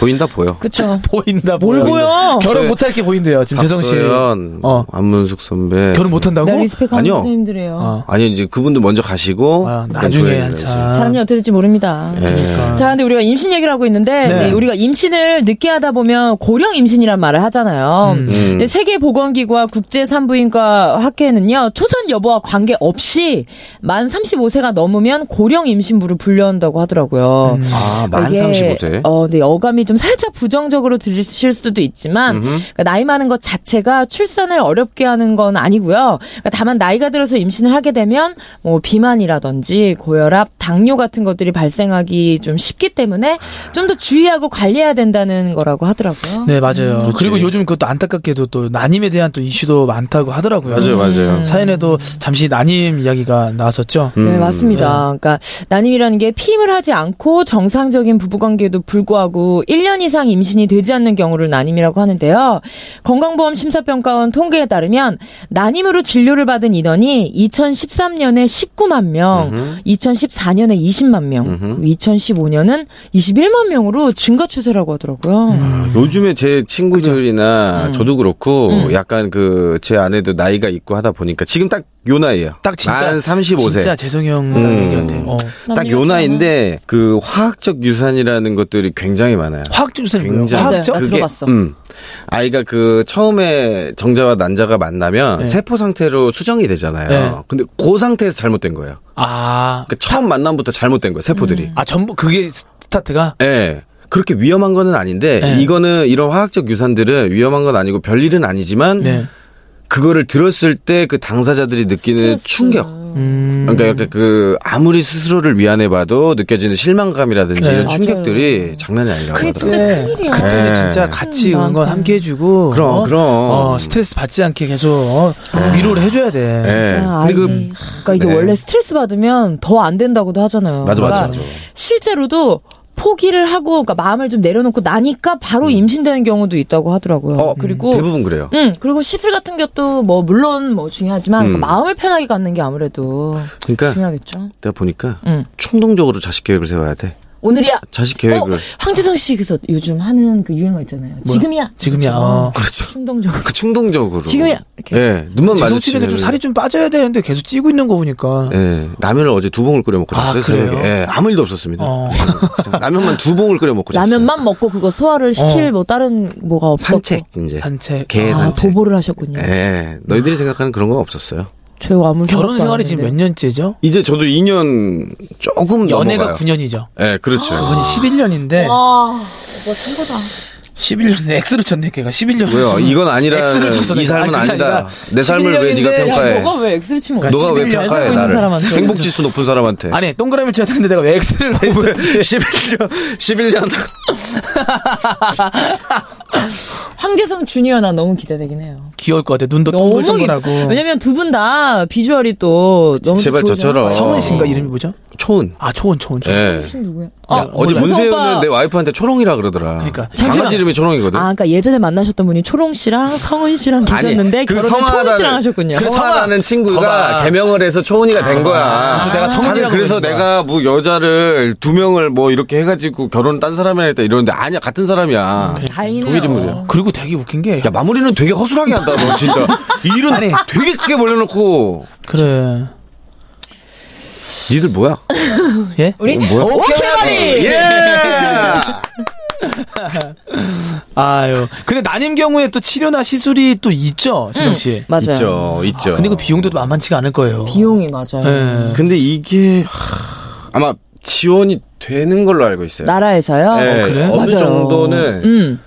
Speaker 4: 보인다 보여.
Speaker 3: 그쵸.
Speaker 2: 보인다.
Speaker 3: 뭘 보여?
Speaker 2: 결혼 못할 게 보인대요. 지금 재성 씨.
Speaker 4: 네. 박서연,
Speaker 2: 어.
Speaker 4: 안문숙 선배.
Speaker 2: 결혼 못한다고?
Speaker 3: 나 리스펙하는
Speaker 4: 아니요.
Speaker 3: 선생님들이에요.
Speaker 2: 어.
Speaker 4: 아니 이제 그분들 먼저 가시고
Speaker 2: 아,
Speaker 4: 그냥
Speaker 2: 나중에
Speaker 4: 조용히
Speaker 2: 한참.
Speaker 4: 가야지.
Speaker 3: 사람이 어떻게 될지 모릅니다.
Speaker 4: 아. 예.
Speaker 2: 그러니까.
Speaker 3: 자, 근데 우리가 임신 얘기를 하고 있는데
Speaker 2: 네.
Speaker 3: 네, 우리가 임신을 늦게 하다 보면 고령 임신이란 말을 하잖아요.
Speaker 4: 음.
Speaker 3: 근데 세계보건기구와 국제산부인과 학회는요 초선 여부와 관계 없이 만 35세가 넘으면 고령 임신부를 분류한다고 하더라고요.
Speaker 4: 아, 만
Speaker 3: 이게,
Speaker 4: 35세.
Speaker 3: 어, 네, 어감이 좀 살짝 부정적으로 들리실 수도 있지만, 그러니까 나이 많은 것 자체가 출산을 어렵게 하는 건 아니고요. 그러니까 다만 나이가 들어서 임신을 하게 되면, 뭐, 비만이라든지 고혈압, 당뇨 같은 것들이 발생하기 좀 쉽기 때문에 좀 더 주의하고 관리해야 된다는 거라고 하더라고요.
Speaker 2: 네 맞아요. 그리고 요즘 그것도 안타깝게도 또 난임에 대한 또 이슈도 많다고 하더라고요.
Speaker 4: 맞아요,
Speaker 3: 음.
Speaker 4: 맞아요.
Speaker 2: 사연에도 잠시 난임 이야기가 나왔었죠.
Speaker 4: 음.
Speaker 3: 네, 맞습니다. 그러니까 난임이라는 게 피임을 하지 않고 정상적인 부부관계에도 불구하고 1년 이상 임신이 되지 않는 경우를 난임이라고 하는데요. 건강보험 심사평가원 통계에 따르면 난임으로 진료를 받은 인원이 2013년에 19만 명, 2014년에 20만 명, 그리고 2015년은 21만 명으로 증가 추세라고 하더라고요. 음.
Speaker 4: 음. 요즘에 제
Speaker 2: 음.
Speaker 4: 친구들이나 저도 그렇고 약간 그 제 아내도 나이가 있고 하다 보니까 지금 딱 요 나이예요.
Speaker 2: 딱 진짜
Speaker 4: 만 35세.
Speaker 2: 진짜 재성 형딱
Speaker 4: 음.
Speaker 2: 얘기 같아요. 어.
Speaker 4: 딱 요 나이인데 그 화학적 유산이라는 것들이 굉장히 많아요.
Speaker 2: 화학적 유산이 뭐예요?
Speaker 4: 굉장히-
Speaker 2: 화학적?
Speaker 3: 맞아요. 나 들어봤어.
Speaker 4: 음. 아이가 그 처음에 정자와 난자가 만나면
Speaker 2: 네.
Speaker 4: 세포 상태로 수정이 되잖아요.
Speaker 2: 네.
Speaker 4: 근데 그 상태에서 잘못된 거예요.
Speaker 2: 아,
Speaker 4: 그 처음 만남부터 잘못된 거예요. 세포들이.
Speaker 2: 아 전부 그게 스타트가
Speaker 4: 예. 그렇게 위험한 거는 아닌데
Speaker 2: 네.
Speaker 4: 이거는 이런 화학적 유산들은 위험한 건 아니고 별일은 아니지만
Speaker 2: 네.
Speaker 4: 그거를 들었을 때 그 당사자들이 느끼는
Speaker 3: 스트레스.
Speaker 4: 충격.
Speaker 2: 음.
Speaker 4: 그러니까 이렇게 그 아무리 스스로를 미안해봐도 느껴지는 실망감이라든지
Speaker 2: 네.
Speaker 4: 이런
Speaker 3: 맞아요.
Speaker 4: 충격들이 장난이 아니라고
Speaker 3: 그게
Speaker 4: 하더라고요.
Speaker 3: 진짜 큰일이야.
Speaker 2: 그때는
Speaker 4: 네.
Speaker 2: 진짜 같이
Speaker 3: 음,
Speaker 2: 응원
Speaker 3: 나한테.
Speaker 2: 함께 해주고.
Speaker 4: 그럼,
Speaker 2: 어?
Speaker 4: 그럼.
Speaker 2: 어, 스트레스 받지 않게 계속 어, 위로를 해줘야 돼.
Speaker 4: 네.
Speaker 3: 진짜
Speaker 4: 근데
Speaker 3: 아이,
Speaker 4: 그-
Speaker 3: 그러니까 이게
Speaker 4: 네.
Speaker 3: 원래 스트레스 받으면 더 안 된다고도 하잖아요.
Speaker 4: 맞아, 맞아,
Speaker 3: 그러니까
Speaker 4: 맞아.
Speaker 3: 실제로도 포기를 하고 그러니까 마음을 좀 내려놓고 나니까 바로 임신되는 경우도 있다고 하더라고요.
Speaker 4: 음. 어,
Speaker 3: 그리고
Speaker 4: 대부분 그래요.
Speaker 3: 음, 그리고 시술 같은 것도 뭐 물론 뭐 중요하지만
Speaker 4: 음.
Speaker 3: 그러니까 마음을 편하게 갖는 게 아무래도
Speaker 4: 그러니까
Speaker 3: 중요하겠죠.
Speaker 4: 내가 보니까
Speaker 3: 음.
Speaker 4: 충동적으로 자식 계획을 세워야 돼.
Speaker 3: 오늘이야.
Speaker 4: 자식 계획을.
Speaker 3: 어, 황재성 씨께서 요즘 하는 그 유행어 있잖아요. 지금이야.
Speaker 2: 지금이야. 어.
Speaker 4: 그렇죠.
Speaker 3: 충동적으로.
Speaker 4: 그 충동적으로.
Speaker 3: 지금이야. 이렇게.
Speaker 4: 예, 눈만
Speaker 2: 지성
Speaker 4: 마주치면
Speaker 2: 씨는 좀 살이 좀 빠져야 되는데 계속 찌고 있는 거 보니까.
Speaker 4: 예, 라면을 어제 두 봉을 끓여 먹고
Speaker 2: 아,
Speaker 4: 잤어요.
Speaker 2: 그래요?
Speaker 4: 새벽에. 예, 아무 일도 없었습니다. 예,
Speaker 2: 어.
Speaker 4: 그냥 라면만 두 봉을 끓여 먹고 잤어요.
Speaker 3: 라면만 먹고 그거 소화를 시킬
Speaker 2: 어.
Speaker 3: 뭐 다른 뭐가 없었고.
Speaker 4: 산책 이제
Speaker 2: 산책.
Speaker 4: 개
Speaker 3: 아,
Speaker 4: 산책.
Speaker 3: 도보를 하셨군요.
Speaker 4: 예, 너희들이 생각하는 그런 건 없었어요.
Speaker 3: 저 이거
Speaker 2: 결혼
Speaker 3: 아무 생각도 안
Speaker 2: 생활이 지금 몇
Speaker 3: 했는데.
Speaker 2: 년째죠?
Speaker 4: 이제 저도 2년 조금
Speaker 2: 연애가
Speaker 4: 넘어가요.
Speaker 2: 9년이죠.
Speaker 4: 예, 그렇죠.
Speaker 2: 그분이 11년인데
Speaker 3: 와, 뭐 최고다.
Speaker 2: 11년 X로 쳤네 걔가 11년.
Speaker 4: 왜요? 이건 아니라
Speaker 2: X를 쳤어.
Speaker 4: 이 삶은
Speaker 2: 아니, 그게
Speaker 4: 아니다.
Speaker 2: 아니라
Speaker 4: 내 삶을 왜
Speaker 2: 11년 인데
Speaker 4: 네가 평가해?
Speaker 3: 너가 왜 엑스를 치면 네.
Speaker 2: 그러니까
Speaker 4: 너가 왜
Speaker 2: 11년 잘
Speaker 4: 평가해
Speaker 2: 살고
Speaker 4: 나를?
Speaker 2: 있는
Speaker 3: 사람한테.
Speaker 4: 행복 지수 높은 사람한테.
Speaker 2: 아니 동그라미 쳐야 되는데 내가 왜 X를 왜
Speaker 4: 왜
Speaker 2: 했어?
Speaker 4: 11년 11년
Speaker 3: 황재성 주니어 나 너무 기대되긴 해요.
Speaker 2: 귀여울 것 같아. 눈도
Speaker 3: 너무
Speaker 2: 동글동글하고.
Speaker 3: 기- 왜냐면 두 분 다 비주얼이 또 너무
Speaker 4: 제발
Speaker 3: 좋으셔.
Speaker 4: 저처럼.
Speaker 2: 성은 씨인가 이름이 뭐죠?
Speaker 4: 초은.
Speaker 2: 아 초원 초원 초원.
Speaker 4: 예.
Speaker 3: 당신 누구야?
Speaker 4: 야, 어제
Speaker 3: 재성 오빠.
Speaker 4: 문세윤은 내 와이프한테 초롱이라 그러더라.
Speaker 2: 그러니까.
Speaker 4: 강아지 이름이 초롱이거든.
Speaker 3: 아, 그러니까 예전에 만나셨던 분이 초롱 씨랑 성은 씨랑 계셨는데
Speaker 4: 그
Speaker 3: 결혼을
Speaker 4: 성화라는-
Speaker 3: 초롱 씨랑 하셨군요.
Speaker 2: 그래서-
Speaker 4: 성화라는 친구가
Speaker 2: 거봐. 아.
Speaker 4: 개명을 해서 초은이가 된 거야.
Speaker 2: 그래서 내가 성은이라고
Speaker 4: 다들 그래서
Speaker 2: 그러는 거야.
Speaker 4: 내가 뭐 여자를 두 명을 뭐 이렇게 해가지고 결혼 딴 사람이라 했다 이러는데 아니야 같은 사람이야.
Speaker 3: 다행이네요.
Speaker 4: 동일 인물이야.
Speaker 2: 어. 그리고 되게 웃긴 게.
Speaker 4: 야 마무리는 되게 허술하게 한다 너
Speaker 2: (laughs)
Speaker 4: 진짜. 일은
Speaker 2: 아니.
Speaker 4: 되게 크게 벌려놓고
Speaker 2: 그래.
Speaker 4: 니들 뭐야? 어,
Speaker 2: 예?
Speaker 3: 우리
Speaker 4: 뭐야?
Speaker 3: 오케이
Speaker 4: 예.
Speaker 2: 아유. 근데 난임 경우에 또 치료나 시술이 또 있죠, 지성 씨.
Speaker 3: (laughs) 예. 맞아요.
Speaker 4: 있죠, 있죠.
Speaker 2: 음. 근데 그 비용도 만만치가 않을 거예요.
Speaker 3: 비용이 맞아요.
Speaker 2: 예.
Speaker 4: 근데 이게 하, 아마 지원이 되는 걸로 알고 있어요.
Speaker 3: 나라에서요.
Speaker 4: 예,
Speaker 2: 어, 그래?
Speaker 4: 어느
Speaker 3: 맞아요.
Speaker 4: 정도는
Speaker 3: 음.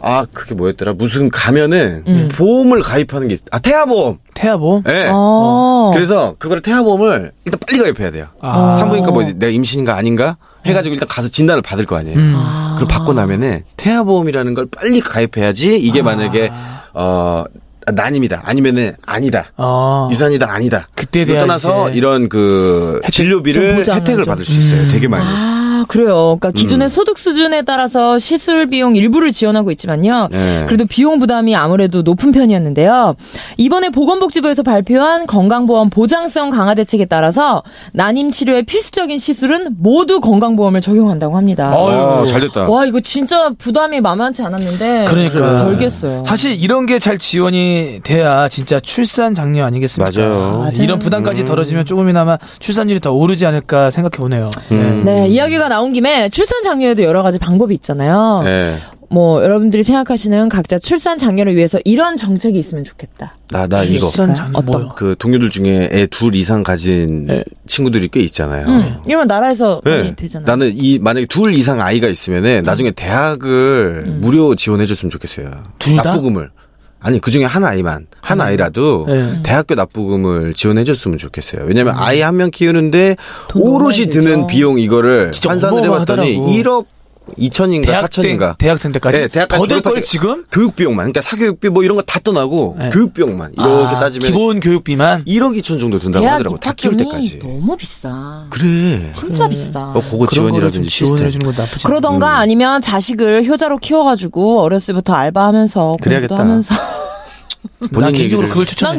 Speaker 4: 아 그게 뭐였더라 무슨 가면은 보험을 가입하는 게 있... 아 태아보험
Speaker 2: 태아보험?
Speaker 4: 예
Speaker 3: 어.
Speaker 4: 그래서 그거를 태아보험을 일단 빨리 가입해야 돼요
Speaker 2: 아.
Speaker 4: 산부인과 뭐 내가 임신인가 아닌가 해가지고 일단 가서 진단을 받을 거 아니에요
Speaker 3: 음.
Speaker 4: 그걸 받고 나면은 태아보험이라는 걸 빨리 가입해야지 이게 만약에 어 난임이다 아니면은 아니다
Speaker 3: 어.
Speaker 2: 아.
Speaker 4: 유산이다 아니다
Speaker 2: 그때에
Speaker 4: 이걸
Speaker 2: 대한
Speaker 4: 떠나서
Speaker 2: 이제
Speaker 4: 이런 그
Speaker 3: 좀
Speaker 4: 진료비를
Speaker 3: 보장을
Speaker 4: 혜택을
Speaker 3: 좀.
Speaker 4: 받을 수 있어요 되게 많이
Speaker 3: 아, 그래요. 그러니까 기존의 소득 수준에 따라서 시술 비용 일부를 지원하고 있지만요.
Speaker 4: 네.
Speaker 3: 그래도 비용 부담이 아무래도 높은 편이었는데요. 이번에 보건복지부에서 발표한 건강보험 보장성 강화 대책에 따라서 난임 치료의 필수적인 시술은 모두 건강보험을 적용한다고 합니다.
Speaker 4: 어,
Speaker 2: 어휴.
Speaker 4: 잘 됐다
Speaker 3: 와, 이거 진짜 부담이 만만치 않았는데
Speaker 2: 그러니까.
Speaker 3: 덜겠어요.
Speaker 2: 사실 이런 게 잘 지원이 돼야 진짜 출산 장려 아니겠습니까?
Speaker 4: 맞아요. 음.
Speaker 3: 맞아요.
Speaker 2: 이런 부담까지 덜어지면 조금이나마 출산율이 더 오르지 않을까 생각해 보네요. 예.
Speaker 4: 음.
Speaker 3: 네, 이야기가 나온 김에 출산 장려에도 여러 가지 방법이 있잖아요.
Speaker 4: 예.
Speaker 3: 뭐 여러분들이 생각하시는 각자 출산 장려를 위해서 이런 정책이 있으면 좋겠다.
Speaker 4: 나, 나 아, 이거.
Speaker 2: 아, 출산 장려
Speaker 3: 어떤
Speaker 2: 뭐요?
Speaker 4: 그 동료들 중에 애 둘 이상 가진
Speaker 2: 네.
Speaker 4: 친구들이 꽤 있잖아요.
Speaker 2: 음.
Speaker 3: 이러면 나라에서
Speaker 4: 예.
Speaker 3: 많이 되잖아요.
Speaker 4: 나는 이 만약에 둘 이상 아이가 있으면은
Speaker 2: 음.
Speaker 4: 나중에 대학을 무료 지원해줬으면 좋겠어요.
Speaker 2: 둘 다? 음.
Speaker 4: 납부금을 아니 그 중에 한 아이만 한 아이라도
Speaker 2: 네. 음.
Speaker 4: 대학교 납부금을 지원해줬으면 좋겠어요. 왜냐면 아이 한 명 키우는데
Speaker 3: 돈 너무
Speaker 4: 오롯이
Speaker 3: 많이 들죠.
Speaker 4: 드는 비용 이거를
Speaker 2: 진짜
Speaker 4: 환산을 해봤더니
Speaker 2: 어마어마하더라고.
Speaker 4: 1억 2천인가
Speaker 2: 대학생
Speaker 4: 4천인가
Speaker 2: 대학생 때까지
Speaker 4: 네, 대학까지
Speaker 2: 더될걸
Speaker 4: 졸업할 때
Speaker 2: 지금?
Speaker 4: 교육비용만 그러니까 사교육비 뭐 이런 거 다 떠나고
Speaker 2: 네.
Speaker 4: 교육비용만 이렇게
Speaker 2: 아,
Speaker 4: 따지면
Speaker 2: 기본 교육비만
Speaker 4: 1억 2천 정도 든다고
Speaker 3: 대학
Speaker 4: 하더라고. 다 키울 때까지.
Speaker 3: 입학금이 아, 너무 비싸.
Speaker 4: 그래.
Speaker 3: 진짜 비싸.
Speaker 4: 어, 음. 그거
Speaker 2: 그런 거를 좀
Speaker 4: 지원이라든지
Speaker 2: 지원해
Speaker 4: 시스템.
Speaker 2: 주는 것도 나쁘지 않아요.
Speaker 3: 그러던가 아니면 자식을 효자로 키워가지고 어렸을 때부터 알바하면서 공부도
Speaker 4: 그래야겠다. 아,
Speaker 3: 하면서
Speaker 2: 난
Speaker 4: 본인
Speaker 2: 개인적으로
Speaker 4: 얘기를-
Speaker 2: 그걸 추천해.
Speaker 3: 난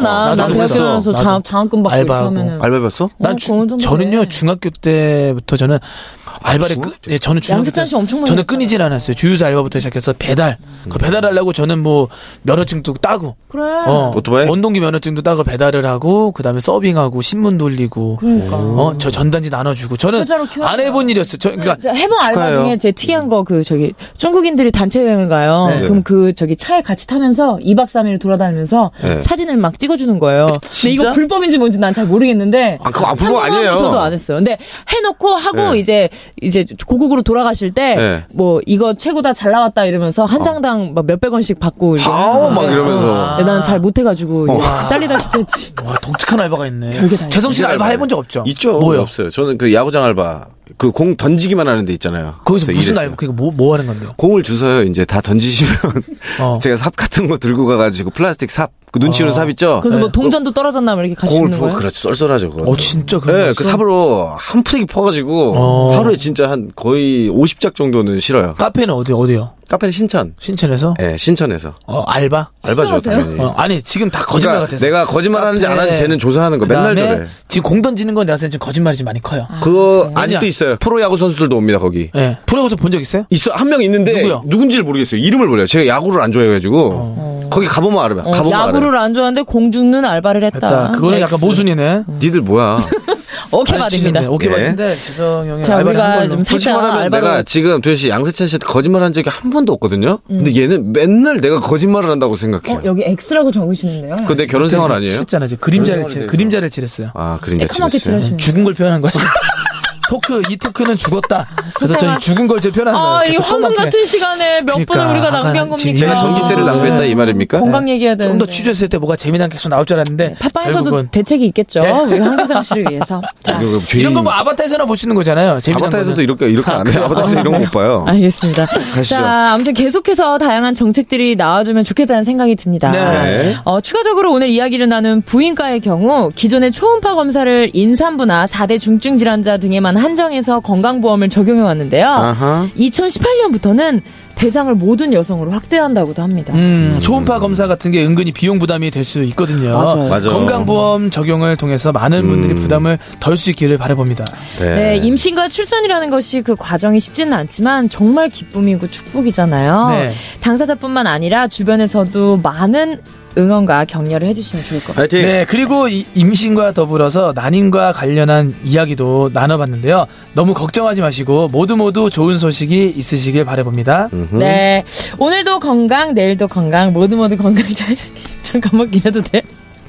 Speaker 2: 나도
Speaker 3: 나나
Speaker 2: 그랬어.
Speaker 3: 대학교 다니면서
Speaker 2: 나도.
Speaker 3: 장- 장학금 받고 이렇게
Speaker 2: 알바하고.
Speaker 3: 하면은
Speaker 4: 알바 해봤어?
Speaker 2: 난
Speaker 3: 어,
Speaker 2: 주-
Speaker 3: 그런 정도네.
Speaker 2: 저는요 중학교 때부터 저는
Speaker 4: 아,
Speaker 2: 알바를 끄, 예, 저는 중학교
Speaker 3: 양세찬 씨 엄청 많이
Speaker 2: 저는
Speaker 3: 했잖아요.
Speaker 2: 끊이질 않았어요. 주유소 알바부터 시작해서 배달.
Speaker 4: 음.
Speaker 2: 그 배달하려고 저는 뭐 면허증도 따고
Speaker 3: 그래.
Speaker 2: 어,
Speaker 4: 오토바이?
Speaker 2: 원동기 면허증도 따고 배달을 하고 그다음에 서빙하고 신문 돌리고
Speaker 3: 그러니까.
Speaker 2: 어, 저 전단지 나눠주고 저는
Speaker 3: 효자로 네, 키워야
Speaker 2: 안 해본 일이었어요. 저 그러니까
Speaker 3: 저 해본 알바
Speaker 4: 축하해요.
Speaker 3: 중에 제 특이한 거 그 저기 중국인들이 단체 여행을 가요.
Speaker 4: 네.
Speaker 3: 그럼 그 저기 차에 같이 타면서 2박 3일 돌아다니면서
Speaker 4: 네.
Speaker 3: 사진을 막 찍어주는 거예요. 근데 이거 불법인지 뭔지 난 잘 모르겠는데.
Speaker 4: 아, 그거 아, 불법
Speaker 3: 한 번도
Speaker 4: 아니에요.
Speaker 3: 저도 안 했어요. 근데 해놓고 하고
Speaker 4: 네.
Speaker 3: 이제 이제 고국으로 돌아가실 때 뭐
Speaker 4: 네. 아.
Speaker 3: 이거 최고다 잘 나왔다 이러면서 한 장당 막 몇백 원씩 받고 이렇게
Speaker 4: 아우, 어. 막
Speaker 3: 하는데,
Speaker 4: 이러면서.
Speaker 3: 어, 나는 잘 못해가지고 이제 잘리다 싶었지.
Speaker 2: 와, 독특한 알바가 있네.
Speaker 3: 별게 다 있어.
Speaker 2: 재성 씨는 알바 해본 적 없죠?
Speaker 4: 있죠.
Speaker 2: 뭐요?
Speaker 4: 없어요. 저는 그 야구장 알바 그 공 던지기만 하는 데 있잖아요.
Speaker 2: 거기서
Speaker 4: 그래서
Speaker 2: 무슨
Speaker 4: 일했어요.
Speaker 2: 알바, 그게 뭐, 뭐 하는 건데요?
Speaker 4: 공을 주서요. 이제 다 던지시면
Speaker 2: 어.
Speaker 4: (laughs) 제가 삽 같은 거 들고 가가지고 플라스틱 삽, 그 눈치 오는 삽 있죠. 네.
Speaker 3: 그래서 뭐 동전도 떨어졌나 막 이렇게
Speaker 4: 공을
Speaker 3: 가시는
Speaker 4: 보고
Speaker 3: 거예요?
Speaker 4: 네. 그렇지 쏠쏠하죠. 그거.
Speaker 2: 어, 진짜 그런 거
Speaker 4: 네,
Speaker 2: 있어?
Speaker 4: 그 삽으로 한 푸대기 퍼가지고
Speaker 2: 어.
Speaker 4: 하루에 진짜 한 거의 50작 정도는 실어요.
Speaker 2: 카페는 어디, 어디요?
Speaker 4: 카페는 신천.
Speaker 2: 신천에서?
Speaker 4: 예, 신천에서
Speaker 2: 어, 알바?
Speaker 4: 알바죠.
Speaker 3: 신청하세요?
Speaker 4: 당연히.
Speaker 2: 어, 아니, 지금 다 거짓말
Speaker 4: 네. 그러니까
Speaker 2: 같아서.
Speaker 4: 내가 거짓말하는지 안 하는지 쟤는 조사하는 거 맨날
Speaker 2: 그다음에
Speaker 4: 저래.
Speaker 2: 지금 공 던지는 건 내가 생각해 지금 거짓말이 좀 많이 커요.
Speaker 4: 그거
Speaker 3: 그래요?
Speaker 4: 아직도
Speaker 2: 아니야.
Speaker 4: 있어요. 프로야구 선수들도 옵니다 거기.
Speaker 2: 예. 프로야구에서 본 적 있어요?
Speaker 4: 있어 한 명 있는데
Speaker 2: 누구요?
Speaker 4: 누군지를 모르겠어요. 이름을 몰라요. 제가 야구를 안 좋아해가지고
Speaker 2: 어.
Speaker 4: 거기 가보면 알아요.
Speaker 3: 어,
Speaker 4: 가보면 알아요.
Speaker 3: 야구를 안 좋아하는데 공 죽는 알바를 했다.
Speaker 2: 됐다. 그거는 약간
Speaker 3: X.
Speaker 2: 모순이네.
Speaker 4: 니들
Speaker 3: (laughs)
Speaker 4: 뭐야?
Speaker 3: 오케이 받습니다.
Speaker 2: 오케이
Speaker 4: 예.
Speaker 2: 받는데 지성 형이
Speaker 3: 자,
Speaker 2: 알바를
Speaker 3: 우리가
Speaker 2: 한 걸로.
Speaker 3: 좀
Speaker 4: 솔직히
Speaker 3: 살짝
Speaker 4: 말하면
Speaker 3: 알바로
Speaker 4: 내가 지금 도대체 양세찬 씨한테 거짓말한 적이 한 번도 없거든요. 근데 얘는 맨날 내가 거짓말을 한다고
Speaker 3: 음. 어,
Speaker 4: 생각해요.
Speaker 3: 여기 X라고 적으시는데요.
Speaker 4: 그거 내 결혼 생활 아니에요?
Speaker 2: 잖아 지금 그림자를
Speaker 4: 그런
Speaker 2: 칠,
Speaker 4: 생활이
Speaker 2: 그림자를 칠했어요.
Speaker 4: 아 그린다
Speaker 3: 새카맣게
Speaker 4: 치겠어요.
Speaker 3: 칠하시는.
Speaker 2: 죽은 걸 표현한 거지. (laughs) 토크 이 토크는 죽었다. 그래서 저는 죽은 걸 제 표현한 거예요.
Speaker 3: 아, 이
Speaker 2: 계속
Speaker 3: 황금
Speaker 2: 뻔하게.
Speaker 3: 같은 시간에 몇
Speaker 2: 그러니까,
Speaker 3: 번을 우리가
Speaker 2: 아까
Speaker 3: 낭비한 겁니까? 어,
Speaker 2: 지금
Speaker 4: 제가 전기세를
Speaker 3: 아.
Speaker 4: 낭비했다 네. 이 말입니까?
Speaker 3: 건강 얘기해야 되는데.
Speaker 2: 좀 더 취조했을 때 뭐가 재미난 게 계속 나올 줄 알았는데
Speaker 3: 네. 팟빵에서도
Speaker 2: 결국은
Speaker 3: 대책이 있겠죠.
Speaker 4: 네.
Speaker 3: 우리 황교상 씨를
Speaker 4: (laughs)
Speaker 3: 위해서. 자,
Speaker 4: 이거 그
Speaker 2: 이런
Speaker 4: 죄인
Speaker 2: 거 뭐 아바타에서나 볼 수 있는 거잖아요. 재미난
Speaker 4: 아바타에서도
Speaker 2: 거는.
Speaker 4: 이렇게 이렇게 안 해요. 아바타에서 이런 거 못 봐요.
Speaker 3: 알겠습니다.
Speaker 4: 어. 가시죠.
Speaker 3: 자, 아무튼 계속해서 다양한 정책들이 나와주면 좋겠다는 생각이 듭니다.
Speaker 2: 네.
Speaker 3: 어, 추가적으로 오늘 이야기를 나눈 부인과의 경우 기존의 초음파 검사를 인산부나 4대 중증 질환자 등에만 한정해서 건강보험을 적용해 왔는데요.
Speaker 4: 아하.
Speaker 3: 2018년부터는 대상을 모든 여성으로 확대한다고도 합니다.
Speaker 2: 음, 초음파 검사 같은 게 은근히 비용 부담이 될 수 있거든요.
Speaker 3: 맞아요.
Speaker 4: 맞아.
Speaker 2: 건강보험 적용을 통해서 많은 분들이
Speaker 4: 음.
Speaker 2: 부담을 덜 수 있기를 바라봅니다.
Speaker 3: 네, 임신과 출산이라는 것이 그 과정이 쉽지는 않지만 정말 기쁨이고 축복이잖아요.
Speaker 2: 네.
Speaker 3: 당사자뿐만 아니라 주변에서도 많은 응원과 격려를 해주시면 좋을 것 같아요.
Speaker 4: 파이팅.
Speaker 2: 네, 그리고 이- 임신과 더불어서 난임과 관련한 이야기도 나눠봤는데요. 너무 걱정하지 마시고 모두 모두 좋은 소식이 있으시길 바라봅니다.
Speaker 4: 음.
Speaker 3: 네, 오늘도 건강, 내일도 건강, 모두 모두 건강 잘 지키시고 잠깐만 기다려도 돼?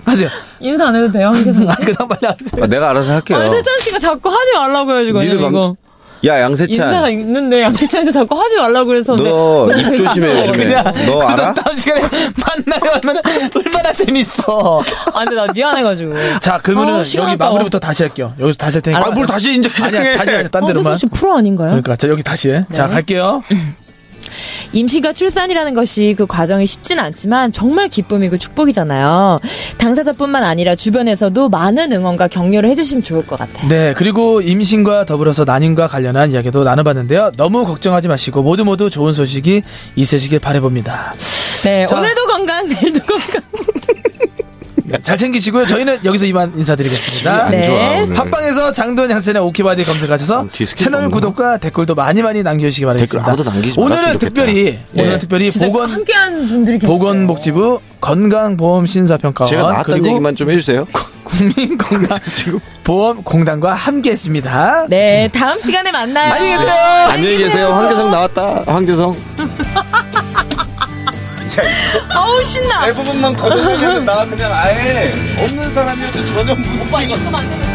Speaker 2: 하세요.
Speaker 3: 인사 안 해도 돼요? 황교사님?
Speaker 2: 아, 그다음 빨리 하세요.
Speaker 4: 아, 내가 알아서 할게요.
Speaker 3: 아, 세찬 씨가 자꾸 하지 말라고 해가지고
Speaker 4: 니들
Speaker 3: 왜냐면
Speaker 4: 방-
Speaker 3: 이거
Speaker 4: 야
Speaker 3: 인사가
Speaker 4: 양세찬,
Speaker 3: 있는데 양세찬 씨 자꾸 하지 말라고 그래서
Speaker 4: 너 입 조심해 요즘에.
Speaker 2: 그냥
Speaker 4: 네. 너
Speaker 2: 그래서
Speaker 4: 알아?
Speaker 2: 다음 시간에 (laughs) 만나요 하면 얼마나 재밌어.
Speaker 3: 아, 근데 나 미안해가지고.
Speaker 2: 자, 그러면은
Speaker 3: 아, 시간
Speaker 2: 여기
Speaker 3: 아까워.
Speaker 2: 마무리부터 다시 할게요. 여기서 다시 할 테니까.
Speaker 4: 아, 뭘 다시 이제 그냥
Speaker 2: 아니야,
Speaker 4: 해.
Speaker 2: 다시 하자. 딴
Speaker 3: 황교사
Speaker 2: 데로만.
Speaker 3: 어, 씨 프로
Speaker 4: 네.
Speaker 3: 아닌가요?
Speaker 2: 그러니까 자, 여기 다시 해.
Speaker 3: 네.
Speaker 2: 자, 갈게요.
Speaker 3: 임신과 출산이라는 것이 그 과정이 쉽진 않지만 정말 기쁨이고 축복이잖아요. 당사자뿐만 아니라 주변에서도 많은 응원과 격려를 해주시면 좋을 것 같아요.
Speaker 2: 네, 그리고 임신과 더불어서 난임과 관련한 이야기도 나눠봤는데요. 너무 걱정하지 마시고 모두 모두 좋은 소식이 있으시길 바라봅니다.
Speaker 3: 네,
Speaker 2: 자.
Speaker 3: 오늘도 건강, 내일도 건강.
Speaker 4: 네.
Speaker 2: 잘 챙기시고요. 저희는 여기서 이만 인사드리겠습니다.
Speaker 3: 네.
Speaker 4: 좋아, 오늘.
Speaker 2: 팟빵에서 장도연 양센의 오키바디 검색하셔서
Speaker 4: 음, 뒤스킬
Speaker 2: 채널
Speaker 4: 없나?
Speaker 2: 구독과 댓글도 많이 많이 남겨주시기 바라겠습니다.
Speaker 4: 댓글 아무도 남기지
Speaker 2: 오늘은
Speaker 4: 말았으면 좋겠다.
Speaker 2: 특별히
Speaker 4: 예.
Speaker 2: 오늘은 특별히
Speaker 3: 진짜
Speaker 2: 보건
Speaker 3: 함께한 분들이 계세요.
Speaker 2: 보건복지부 건강보험심사평가원
Speaker 4: 제가 나왔다는
Speaker 2: 그리고
Speaker 4: 얘기만 좀 해주세요. (laughs)
Speaker 2: 국민건강보험공단과 함께했습니다.
Speaker 3: 네, 다음 시간에 만나요.
Speaker 2: 안녕히 계세요.
Speaker 4: 안녕히 계세요. 황재성 나왔다. 황재성.
Speaker 3: 어우 신나.
Speaker 4: 대부분만 거듭하면 나 그냥 아예 없는 사람이어도 전혀 무지가
Speaker 3: 이거 만드는 거.